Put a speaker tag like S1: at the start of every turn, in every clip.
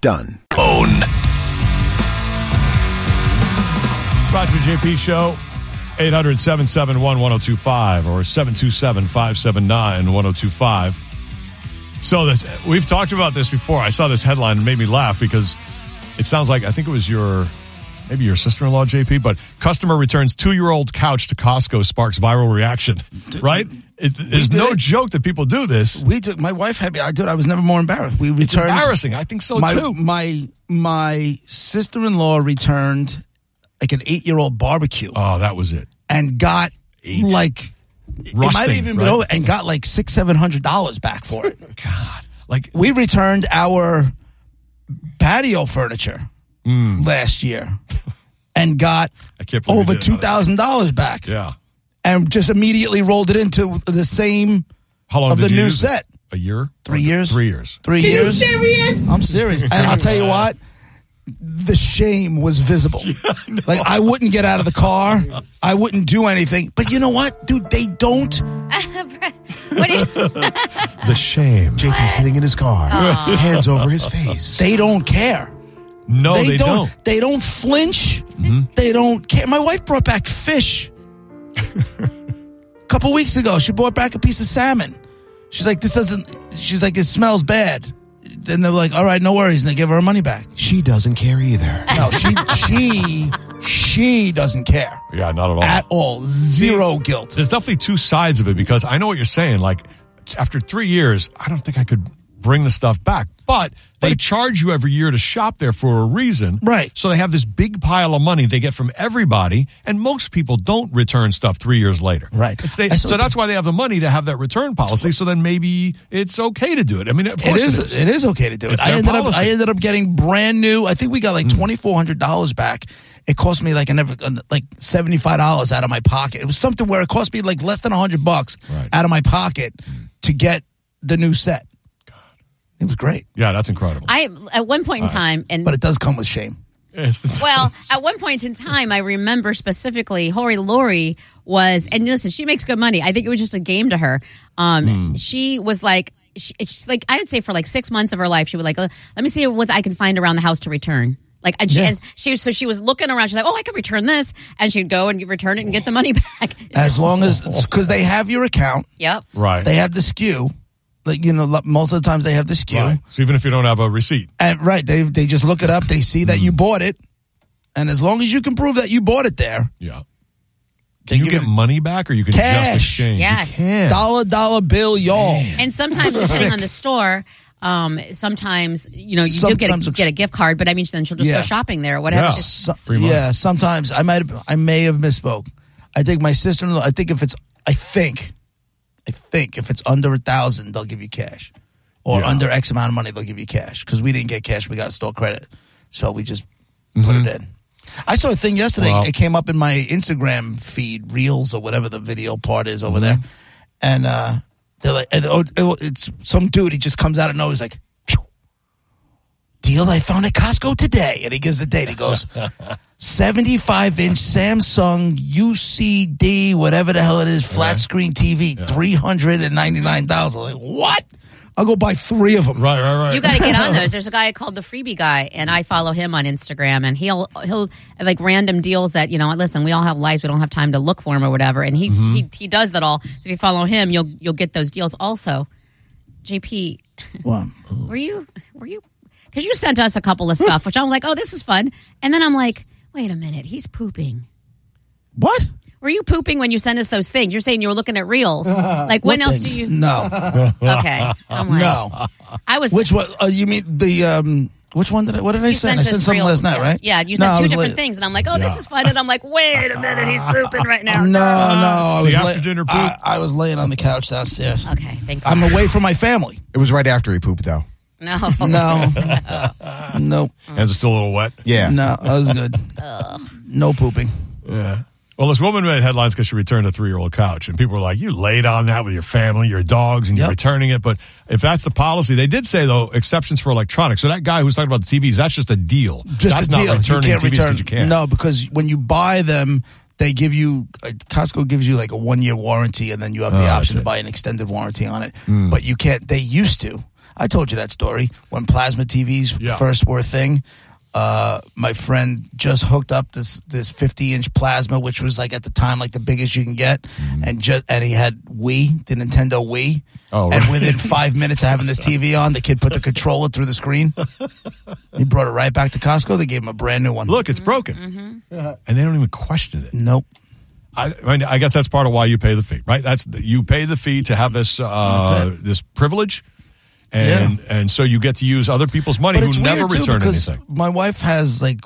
S1: done.
S2: Own.
S3: Roger JP Show, 800 771 1025 or 727 579 1025. So, this, we've talked about this before. I saw this headline and made me laugh because it sounds like I think it was your, maybe your sister in law, JP, but customer returns two year old couch to Costco sparks viral reaction, right? It, there's
S4: did
S3: no
S4: it.
S3: joke that people do this.
S4: We took my wife had me. I dude, I was never more embarrassed. We returned.
S3: Embarrassing. I think so
S4: my,
S3: too.
S4: My my sister in law returned like an eight year old barbecue
S3: Oh, that was it.
S4: and got
S3: Eight.
S4: like it might have
S3: Rusting,
S4: even
S3: right?
S4: been over and got like six seven hundred dollars back for it.
S3: God. Like,
S4: we returned our patio furniture last year and got
S3: Hmm. I can't believe
S4: over
S3: we did it,
S4: two thousand dollars back,
S3: yeah.
S4: and just immediately rolled it into the same
S3: How long
S4: Of
S3: did
S4: the
S3: you
S4: new
S3: use it?
S4: set.
S3: A year?
S4: Three years?
S3: Three years.
S4: three years.
S5: serious?
S4: I'm serious. And I'll tell you what, the shame was visible. Like I wouldn't get out of the car. I wouldn't do anything. But you know what, dude? They don't.
S5: What do you-
S3: The shame.
S6: JP sitting in his car, hands over his face.
S4: They don't care.
S3: No, Oh, they, don't. Mm-hmm.
S4: They don't flinch. They don't care. My wife brought back fish. a couple weeks ago, she brought back a piece of salmon. She's like, this doesn't. She's like, it smells bad. Then they're like, all right, no worries, and they give her her money back.
S6: She doesn't care either.
S4: No, she she she doesn't care.
S3: Yeah, not at all.
S4: at all. Zero guilt.
S3: There's definitely two sides of it because I know what you're saying. Like, t- after three years, I don't think I could bring the stuff back. But they charge you every year to shop there for a reason.
S4: Right.
S3: So they have this big pile of money they get from everybody, and most people don't return stuff three years later.
S4: Right.
S3: It's they,
S4: I saw
S3: so
S4: it.
S3: that's why they have the money to have that return policy. So then maybe it's okay to do it. I mean, of
S4: It
S3: course
S4: is, it is. okay to do it.
S3: It's
S4: I
S3: their
S4: ended up.
S3: policy. Mm.
S4: I ended up getting brand new. I think we got like twenty four hundred dollars back. It cost me like I never like seventy five dollars out of my pocket. It was something where it cost me like less than hundred bucks
S3: Right. Mm.
S4: out of my pocket to get the new set. It was great,
S3: Yeah, that's incredible.
S5: I at one point in time, and
S4: but it does come with shame.
S3: It's the-
S5: well, at one point in time, I remember specifically Hori Lori was, and listen, she makes good money. I think it was just a game to her.
S4: Hmm.
S5: Um, She was like, she, she's like I would say for like six months of her life, she would like, "Uh, let me see what I can find around the house to return. Like and she, and she, so she was looking around. She's like, "Oh, I could return this," and she'd go and return it and get the money back.
S4: As long as because they have your account,
S5: yep.
S3: right.
S4: they have the skew. Like you know, lo- most of the times they have the skew.
S3: Right. So even if you don't have a receipt,
S4: And right, they they just look it up. They see that you
S3: Mm.
S4: bought it, and as long as you can prove that you bought it there,
S3: yeah.
S4: they
S3: Can you
S4: give
S3: get
S4: it
S3: money back or you can just
S4: Cash.
S3: exchange? You
S5: Yes.
S3: can.
S4: dollar dollar bill, y'all.
S5: And sometimes depending on the store, um, sometimes you know you do
S4: Sometimes
S5: get a,
S4: it's-
S5: get a gift card, but I mean then she'll just
S4: Yeah.
S5: go shopping there or whatever.
S3: Yeah.
S5: Just-
S4: So-
S3: Free money.
S4: yeah, sometimes I might have, I may have misspoke. I think my sister in law. I think if it's I think, I think if it's under a thousand, they'll give you cash, or
S3: Yeah.
S4: under X amount of money, they'll give you cash because we didn't get cash. We got store credit, so we just put it in. I saw a thing yesterday.
S3: Mm-hmm. Wow.
S4: It came up in my Instagram feed, reels or whatever the video part is over there,
S3: Mm-hmm.
S4: and uh, they're like, and, oh, it- it's some dude. He just comes out of nowhere. He's like. "Phew. Deal I found at Costco today, and he gives the date. He goes, 75 inch Samsung UCD, whatever the hell it is,
S3: Uh-huh.
S4: flat screen TV, $399. I was like, what? I'll go buy three of them.
S3: Right, right, right.
S5: You got to get on those. There's a guy called the Freebie Guy, and I follow him on Instagram, and he'll he'll like random deals that you know. Listen, we all have lives; we don't have time to look for them or whatever. And he he, he does that all. So if you follow him, you'll you'll get those deals. Also, JP,
S4: One.
S5: were you were you because you sent us a couple of stuff, which I'm like, oh, this is fun, and then I'm like, wait a minute, he's pooping.
S4: What?
S5: Were you pooping when you sent us those things? You're saying you were looking at reels. Like when
S4: What
S5: else
S4: things?
S5: do you?
S4: No.
S5: Okay, I'm like,
S4: No.
S5: I was.
S4: Which one? Uh, you mean the, um, which one did I, what did I
S5: you
S4: send? I
S5: sent us
S4: sent something
S5: reels,
S4: last night,
S5: yes.
S4: right?
S5: Yeah,
S4: No,
S5: you sent
S4: I
S5: two
S4: was
S5: different
S4: late. Oh,
S5: things, and I'm like, oh, this
S3: Yeah.
S5: is fun, and I'm like, wait a minute, he's pooping right now.
S4: No, no. I
S3: It's
S4: was
S3: Uh, the
S4: lay-
S3: after dinner poop.
S4: I, I was laying on the couch downstairs.
S5: Okay, thank you.
S4: I'm away from my family.
S6: It was right after he pooped, though.
S5: No.
S4: No. nope.
S3: Hands are still a little wet.
S6: Yeah.
S4: No, that was good. no pooping.
S3: Yeah. Well, this woman made headlines because she returned a three year old couch. And people were like, you laid on that with your family, your dogs, and you're
S4: Yep.
S3: returning it. But if that's the policy, they did say, though, exceptions for electronics. So that guy who's talking about the TVs, that's just a deal.
S4: Just
S3: that's
S4: a deal.
S3: not returning
S4: you can't
S3: TVs
S4: return.
S3: because you can.
S4: No, because when you buy them, they give you like, Costco gives you like a one year warranty, and then you have
S3: Oh,
S4: the option to buy an extended warranty on it.
S3: Hmm.
S4: But you can't. They used to. I told you that story when plasma TVs
S3: Yeah.
S4: first were a thing. Uh, my friend just hooked up this this 50 inch plasma, which was like at the time like the biggest you can get,
S3: Hmm.
S4: and just and he had Wii, the Nintendo Wii.
S3: Oh,
S4: and
S3: right.
S4: within five minutes of having this TV on, the kid put the controller through the screen. He brought it right back to Costco. They gave him a brand new one.
S3: Look, it's broken.
S5: Mm-hmm.
S3: And they don't even question it.
S4: nope.
S3: I, I, mean, I guess that's part of why you pay the fee, right? That's you pay the fee to have this
S4: That's
S3: uh, this privilege, and and so you get to use other people's money
S4: But
S3: who
S4: it's
S3: never
S4: weird too
S3: return
S4: because
S3: anything.
S4: my wife has like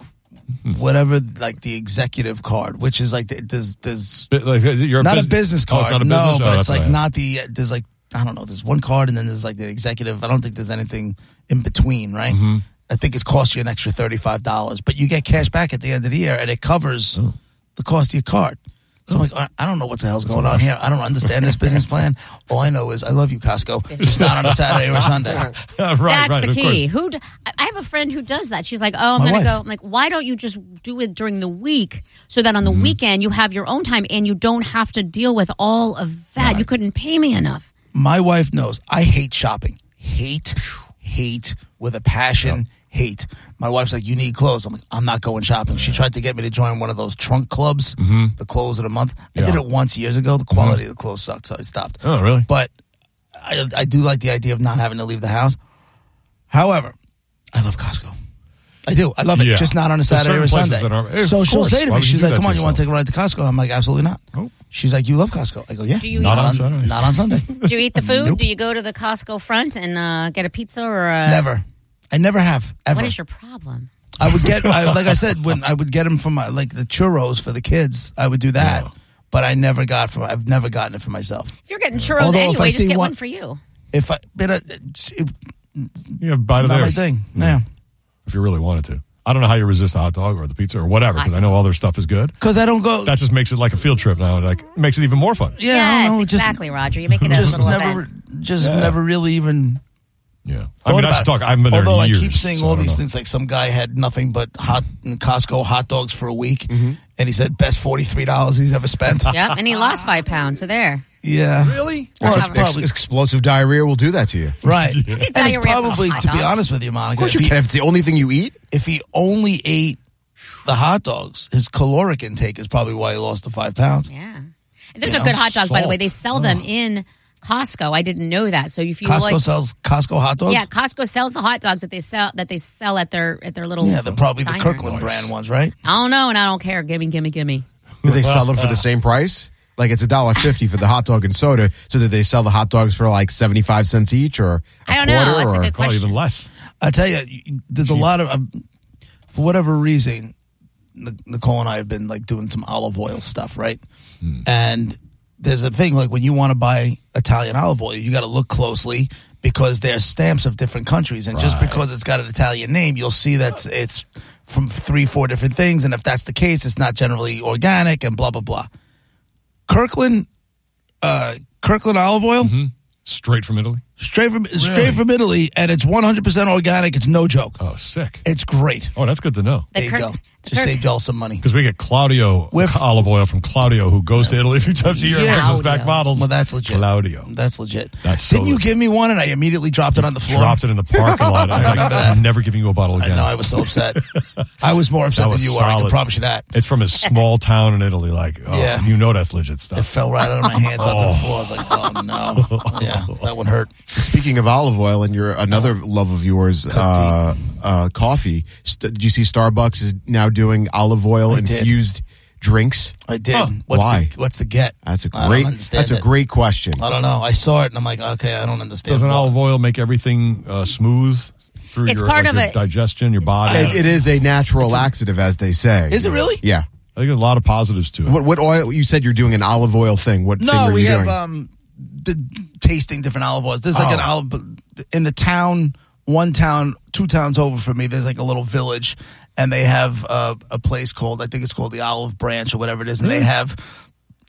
S4: whatever, like the executive card, which is like the- there's there's
S3: But, like, you're
S4: not a
S3: bus-
S4: business
S3: Oh,
S4: card.
S3: it's not a
S4: no,
S3: business?
S4: but
S3: Oh,
S4: it's
S3: that's
S4: like
S3: right.
S4: not the there's like I don't know. There's one card and then there's like the executive. I don't think there's anything in between, right?
S3: Mm-hmm.
S4: I think it costs you an extra thirty five dollars, but you get cash back at the end of the year and it covers
S3: Oh.
S4: the cost of your card. So I'm like, I- I don't know what the hell's going on here. I don't understand this business plan. All I know is I love you, Costco. It's not on a Saturday or a Sunday.
S3: right,
S5: That's
S3: right,
S5: the
S3: of
S5: key.
S3: course.
S5: Who d- I I have a friend who does that. She's like, "Oh, I'm
S4: My
S5: going to
S4: wife.
S5: go." I'm like, "Why don't you just do it during the week so that on
S4: Mm-hmm.
S5: the weekend you have your own time and you don't have to deal with all of that? You couldn't pay me enough."
S4: my wife knows I hate shopping. Hate, hate with a passion, hate. My wife's like, you need clothes. I'm like, I'm not going shopping. She tried to get me to join one of those trunk clubs, the clothes of the month. I did
S3: Mm-hmm. Yeah. Mm-hmm.
S4: it once years ago. The quality of the clothes sucked, so I stopped.
S3: Oh, really?
S4: But I, I do like the idea of not having to leave the house. However, I love Costco. I do. I love it.
S3: Yeah.
S4: Just not on a
S3: There's
S4: Saturday or
S3: certain places
S4: Sunday.
S3: that are- Eh,
S4: so
S3: of
S4: she'll
S3: course.
S4: say to
S3: Why
S4: me,
S3: would you
S4: she's
S3: do
S4: like,
S3: that
S4: "Come
S3: to
S4: on, you want to
S3: yourself?"
S4: take a ride to Costco?" I'm like, "Absolutely not."
S3: Oh.
S4: She's like, "You love Costco?" I go, "Yeah." Um,
S5: Do you
S3: Not
S5: eat,
S3: on Saturday.
S4: Not on Sunday.
S5: do you eat the food?
S4: Nope.
S5: Do you go to the Costco front and uh, get a pizza or a,
S4: Never. I never have ever.
S5: What is your problem?
S4: I would get I, like I said when I would get them from my like the churros for the kids. I would do that, but I never got from. I've never gotten it for myself.
S5: If you're getting churros
S4: Although if I
S5: anyway, just
S4: see
S5: get
S4: one-
S5: one for you.
S4: If I, but I, it's it,
S3: You have a bite of
S4: not my
S3: theirs
S4: thing. Yeah,
S3: if you really wanted to. I don't know how you resist a hot dog or the pizza or whatever because I know all their stuff is good.
S4: because I don't go.
S3: That just makes it like a field trip now. Like makes it even more fun.
S4: yeah, I
S5: yes,
S4: don't know,
S5: exactly, Roger. You make it a
S4: Just, just
S5: little
S4: never,
S5: event.
S4: just never really even.
S3: Yeah,
S4: Thought
S3: I mean, I
S4: about
S3: should
S4: it.
S3: talk. I haven't been there in
S4: Although
S3: years,
S4: I keep seeing
S3: so I
S4: all
S3: don't
S4: these
S3: know.
S4: things, like some guy had nothing but hot Costco hot dogs for a week,
S3: Mm-hmm.
S4: and he said best forty three dollars he's ever spent.
S5: Yep, and he lost five pounds. So there.
S4: yeah,
S3: Really?
S4: Well, it's
S5: Ex-
S4: probably
S6: explosive diarrhea will do that to you. Of
S4: right.
S5: You get
S4: And
S5: diarrhea
S4: it's
S5: from
S4: probably,
S5: hot
S4: to be
S5: dogs.
S4: honest with you, Monica,
S6: course
S4: if
S6: you
S4: he-
S6: can. If it's the only thing you eat,
S4: if he only ate the hot dogs, his caloric intake is probably why he lost the five pounds.
S5: Yeah. And There's a good hot dog, by the way. They sell them in Costco. I didn't know that. So if you
S4: Costco
S5: like,
S4: sells Costco hot dogs.
S5: yeah, Costco sells the hot dogs that they sell that they sell at their at their little
S4: yeah, they're probably the
S5: diner.
S4: Kirkland brand ones, right?
S5: I don't know, and I don't care. Gimme, gimme, gimme.
S6: do they sell them for the same price? Like it's a dollar fifty for the hot dog and soda. So did they sell the hot dogs for like seventy five cents each, or I
S5: I don't know.
S6: Quarter,
S5: That's a
S6: or-
S5: good
S3: Probably
S5: question.
S3: even less.
S4: I tell you, you- there's a lot of, um, for whatever reason, Nic- Nicole and I have been like doing some olive oil stuff, right? And there's a thing like when you want to buy Italian olive oil, you got to look closely because there's stamps of different countries, and just because it's got an Italian name, you'll see that it's from three, four different things, and if that's the case, it's not generally organic and blah blah blah. Kirkland, uh, Kirkland olive oil
S3: Straight from Italy.
S4: straight from straight from Italy, and it's 100% organic. It's no joke.
S3: Oh, sick.
S4: It's great.
S3: Oh, that's good to know.
S5: The
S4: There you
S5: Kirk-
S4: go.
S5: the
S4: Just
S5: Kirk-
S4: saved y'all some money.
S3: Because we get Claudio
S4: We're f-
S3: olive oil from Claudio, who goes to Italy a few times a year and
S4: Yeah.
S3: brings us back
S5: Claudio.
S3: bottles.
S4: Well, that's legit.
S3: Claudio
S4: That's legit.
S3: That's so
S4: Didn't you
S3: legit.
S4: give me one and I immediately dropped it on the floor?
S3: dropped it in the parking lot. I was like, I'm never giving you a bottle
S4: I
S3: again.
S4: know. I was so upset. I was more upset
S3: That
S4: than
S3: was
S4: you were. I can
S3: solid.
S4: promise you that.
S3: It's from a small town in Italy. Like, oh,
S4: Yeah.
S3: you know that's legit
S4: It
S3: stuff.
S4: fell right out of my hands onto the
S3: Oh.
S4: floor. I was like, oh no. Yeah, that one hurt.
S6: Speaking of olive oil and your another love of yours, uh, uh, coffee. St- did you see Starbucks is now doing olive oil
S4: did.
S6: infused drinks?
S4: I did.
S3: Huh.
S4: What's
S6: Why?
S4: The, what's the get?
S6: That's a
S4: I don't
S6: great.
S4: understand
S6: That's a
S4: it.
S6: great question.
S4: I don't know. I saw it and I'm like, okay, I don't understand.
S3: Doesn't
S4: why.
S3: olive oil make everything uh, smooth through
S5: It's
S3: your,
S5: part
S3: like,
S5: of
S3: your
S5: it.
S3: digestion, your body?
S6: It, it is a natural laxative, as they say.
S4: Is it really?
S6: Yeah.
S3: I think there's a lot of positives to it.
S6: What what oil? You said you're doing an olive oil thing. What thing
S4: No,
S6: were
S4: we
S6: you
S4: have
S6: doing? Oh.
S4: um the tasting different olive oils. There's like an olive in the town one town, two towns over from me, there's like a little village, and they have uh, a place called I think it's called the Olive Branch or whatever it is, and
S6: Hmm.
S4: they have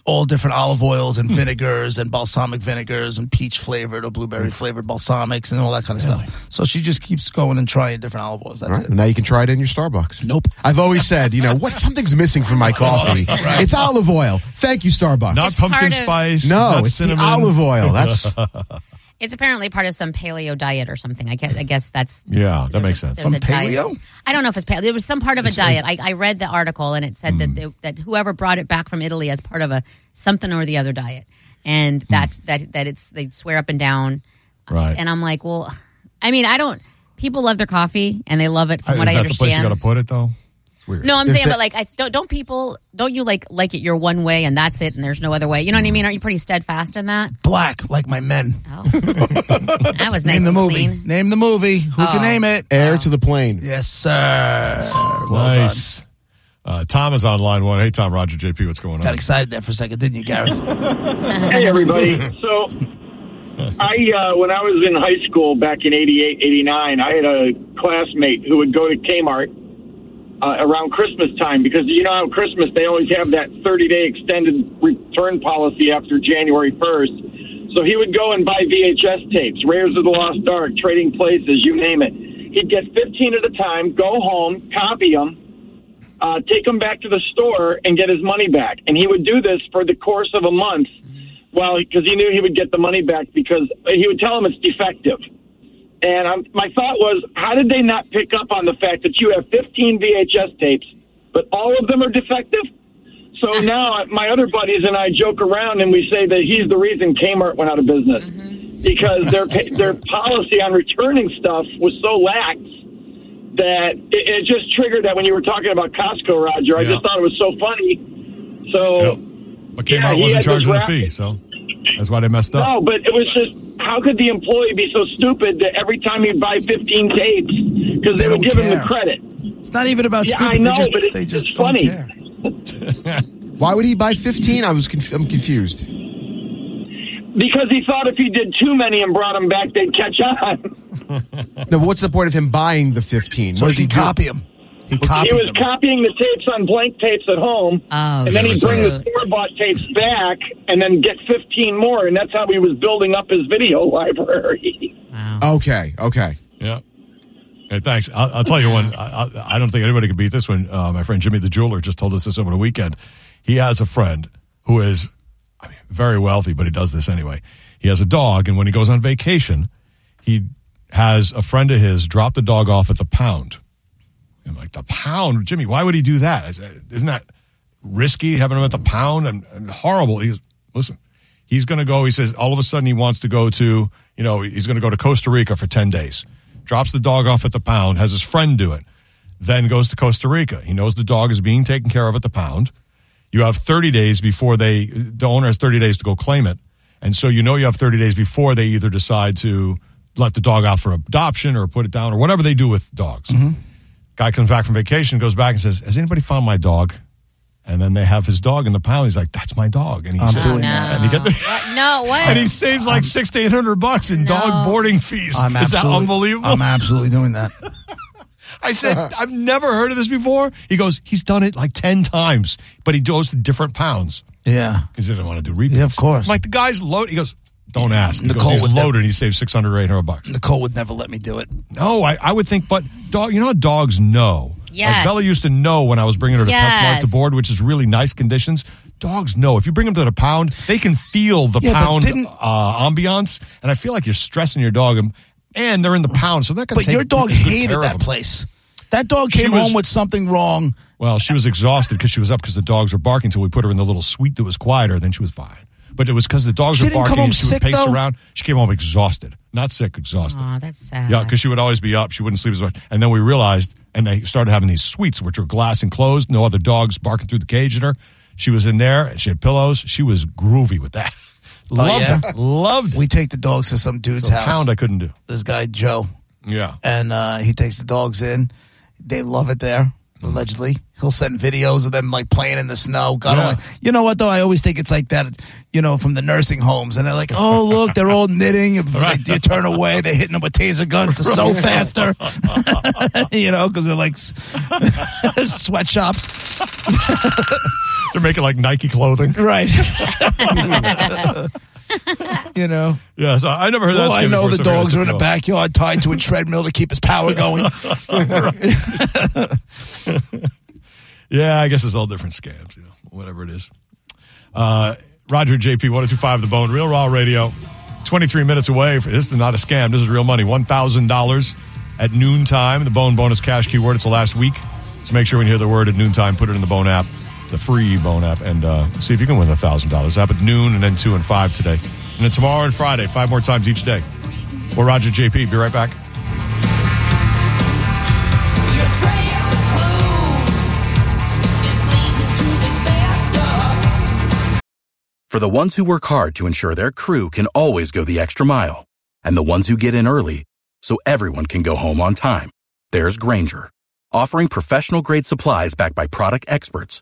S4: all different olive oils and vinegars and balsamic vinegars and peach flavored or blueberry
S6: Hmm.
S4: flavored balsamics and all that kind of stuff. So she just keeps going and trying different olive oils. That's it.
S6: Now you can try it in your Starbucks.
S4: Nope.
S6: I've always said, you know, what something's missing from my coffee. It's olive oil. Thank you, Starbucks.
S3: Not
S5: It's
S3: pumpkin
S5: part of-
S3: spice.
S6: no,
S3: not
S6: it's the
S3: cinnamon.
S6: olive oil. That's
S5: It's apparently part of some paleo diet or something. I guess, I guess that's
S3: Yeah, that makes sense.
S5: there's a
S4: Some paleo?
S5: diet. I don't know if it's paleo. There was some part of a diet. I, I read the article and it said
S3: Hmm.
S5: that they, that whoever brought it back from Italy as part of a something or the other diet, and that's that that it's they swear up and down.
S3: Hmm. Right.
S5: And I'm like, well, I mean, I don't. People love their coffee and they love it from
S3: Uh, Is
S5: what
S3: that
S5: I
S3: the place you
S5: understand.
S3: got to put it though?
S5: no, I'm
S6: Is
S5: saying,
S6: that-
S5: but like, I don't. Don't people? Don't you like like it your one way and that's it, and there's no other way? You know what I mean? Aren't you pretty steadfast in that?
S4: Black, like my men.
S5: Oh, that was nice.
S4: Name the
S5: and
S4: movie.
S5: clean. Oh.
S4: Name the movie. Who can name it?
S6: air to the plane.
S4: Yes, sir. Well done.
S3: nice. Uh, Tom is on line one. Hey, Tom, Roger, JP, what's going
S4: Got
S3: on?
S4: excited there for a second, didn't you, Gareth?
S2: Hey, everybody. So, I, uh, when I was in high school back in 88, 89, I had a classmate who would go to Kmart uh, around Christmas time because you know how Christmas they always have that 30 day extended return policy after January 1st. So he would go and buy VHS tapes, Rares of the Lost Ark, Trading Places, you name it. He'd get 15 at a time, go home, copy them, uh, take him back to the store and get his money back. And he would do this for the course of a month, well, because he knew he would get the money back because he would tell him it's defective. And um, my thought was, how did they not pick up on the fact that you have 15 VHS tapes, but all of them are defective? So now my other buddies and I joke around and we say that he's the reason Kmart went out of business
S3: Mm-hmm.
S2: because their pa- their policy on returning stuff was so lax that it, it just triggered that when you were talking about Costco, Roger. I
S3: Yeah.
S2: just thought it was so funny. So
S3: Yep. But
S2: Yeah,
S3: Kmart
S2: he
S3: wasn't
S2: had the
S3: charging a
S2: draft-
S3: fee, so that's why they messed up.
S2: no, Oh, but it was just how could the employee be so stupid that every time he'd buy fifteen tapes because
S4: They
S2: they,
S4: don't
S2: would give him
S4: care.
S2: the credit?
S4: It's not even about
S2: Yeah,
S4: stupid.
S2: I know,
S4: they just,
S2: but it's
S4: they just
S2: just
S4: don't
S2: funny.
S4: care.
S6: Why would he buy 15? I was conf- I'm confused.
S2: Because he thought if he did too many and brought them back, they'd catch on.
S6: No, what's the point of him buying the 15?
S4: So
S6: what does
S4: he
S6: he do?
S4: copy him? He copied
S2: he was
S4: them.
S2: copying the tapes on blank tapes at home,
S5: Oh,
S2: and then he'd bring the
S5: shoot.
S2: store bought tapes back and then get fifteen more, and that's how he was building up his video library.
S5: Wow.
S6: Okay, okay.
S3: Yeah. Hey, thanks. I'll, I'll tell you one. I, I, I don't think anybody could beat this one. Uh, my friend Jimmy the jeweler just told us this over the weekend. He has a friend who is I mean, very wealthy, but he does this anyway. He has a dog, and when he goes on vacation, he has a friend of his drop the dog off at the pound. I'm like, the pound? Jimmy, why would he do that? I said, Isn't that risky having him at the pound and, and horrible? He's, listen, he's going to go. He says, all of a sudden he wants to go to, you know, he's going to go to Costa Rica for 10 days. Drops the dog off at the pound, has his friend do it, then goes to Costa Rica. He knows the dog is being taken care of at the pound. You have 30 days before they, the owner has 30 days to go claim it. And so you know you have 30 days before they either decide to let the dog out for adoption or put it down or whatever they do with dogs.
S4: Mm-hmm.
S3: Guy comes back from vacation, goes back and says, "Has anybody found my dog?" And then they have his dog in the pound. He's like, "That's my dog," and he
S4: I'm
S3: says-
S4: doing that.
S5: Oh, No.
S3: And he got the-
S5: What? No, what?
S3: and he saves like six to eight hundred bucks in dog boarding fees.
S4: I'm
S3: Is that
S4: absolutely-
S3: unbelievable?
S4: I'm absolutely doing that.
S3: I said, I've never heard of this before. He goes, he's done it like ten times, but he goes to different pounds
S4: Yeah.
S3: because he didn't want to do repeats.
S4: Yeah, of course.
S3: I'm like the guy's loaded. He goes, don't ask. He goes,
S4: Nicole
S3: he's
S4: would
S3: loaded. and He saves six hundred or eight hundred bucks.
S4: Nicole would never let me do it.
S3: No, I, I would think, but dog, you know how dogs know.
S5: Yes.
S3: Like Bella used to know when I was bringing her to PetSmart
S5: Yes.
S3: to board, which is really nice conditions. Dogs know if you bring them to the pound, they can feel the
S4: Yeah, but
S3: pound
S4: didn't-
S3: uh, ambiance. And I feel like you're stressing your dog, and, and they're in the pound, so they're going to.
S4: But your dog hated that place. That dog
S3: She
S4: came
S3: was-
S4: home with something wrong.
S3: Well, she was exhausted because she was up because the dogs were barking. Till we put her in the little suite that was quieter, then she was fine. But it was because the dogs
S4: She
S3: were
S4: didn't
S3: barking.
S4: come home
S3: and she
S4: sick,
S3: would pace
S4: though?
S3: around. She came home exhausted, not sick, exhausted.
S5: Aw, that's sad.
S3: Yeah, because she would always be up. She wouldn't sleep as much. And then we realized, and they started having these suites, which were glass enclosed, no other dogs barking through the cage at her. She was in there, and she had pillows. She was groovy with that. loved
S4: Oh, yeah?
S3: it. Loved it.
S4: We take the dogs to some dude's
S3: The
S4: house.
S3: pound I couldn't do.
S4: This guy Joe,
S3: Yeah.
S4: and uh, he takes the dogs in. They love it there. allegedly. He'll send videos of them like playing in the snow. God
S3: Yeah.
S4: only- You know what though? I always think it's like that. You know, from the nursing homes, and they're like, "Oh, look, they're all knitting." If they, you turn away, they're hitting them with taser guns to sew faster. you know, because they're like s- sweatshops,
S3: They're making like Nike clothing.
S4: right? you know.
S3: Yes, I I never heard that.
S4: Oh, I
S3: statement
S4: know
S3: before,
S4: the dogs
S3: so maybe that's
S4: are in the
S3: cool.
S4: backyard tied to a treadmill to keep his power going.
S3: Yeah, I guess it's all different scams, you know, whatever it is. Uh, Roger JP, 1025 The Bone, Real Raw Radio, 23 minutes away. For, this is not a scam. This is real money. $1,000 at noontime. The Bone bonus cash keyword. It's the last week. So make sure when you hear the word at noontime, put it in the Bone app, the free Bone app, and uh, see if you can win $1,000. Up at noon and then 2 and 5 today. And then tomorrow and Friday, five more times each day. We're Roger JP. Be right back.
S7: Your trail of clues is leading to disaster.
S8: For the ones who work hard to ensure their crew can always go the extra mile, and the ones who get in early so everyone can go home on time, there's Granger, offering professional grade supplies backed by product experts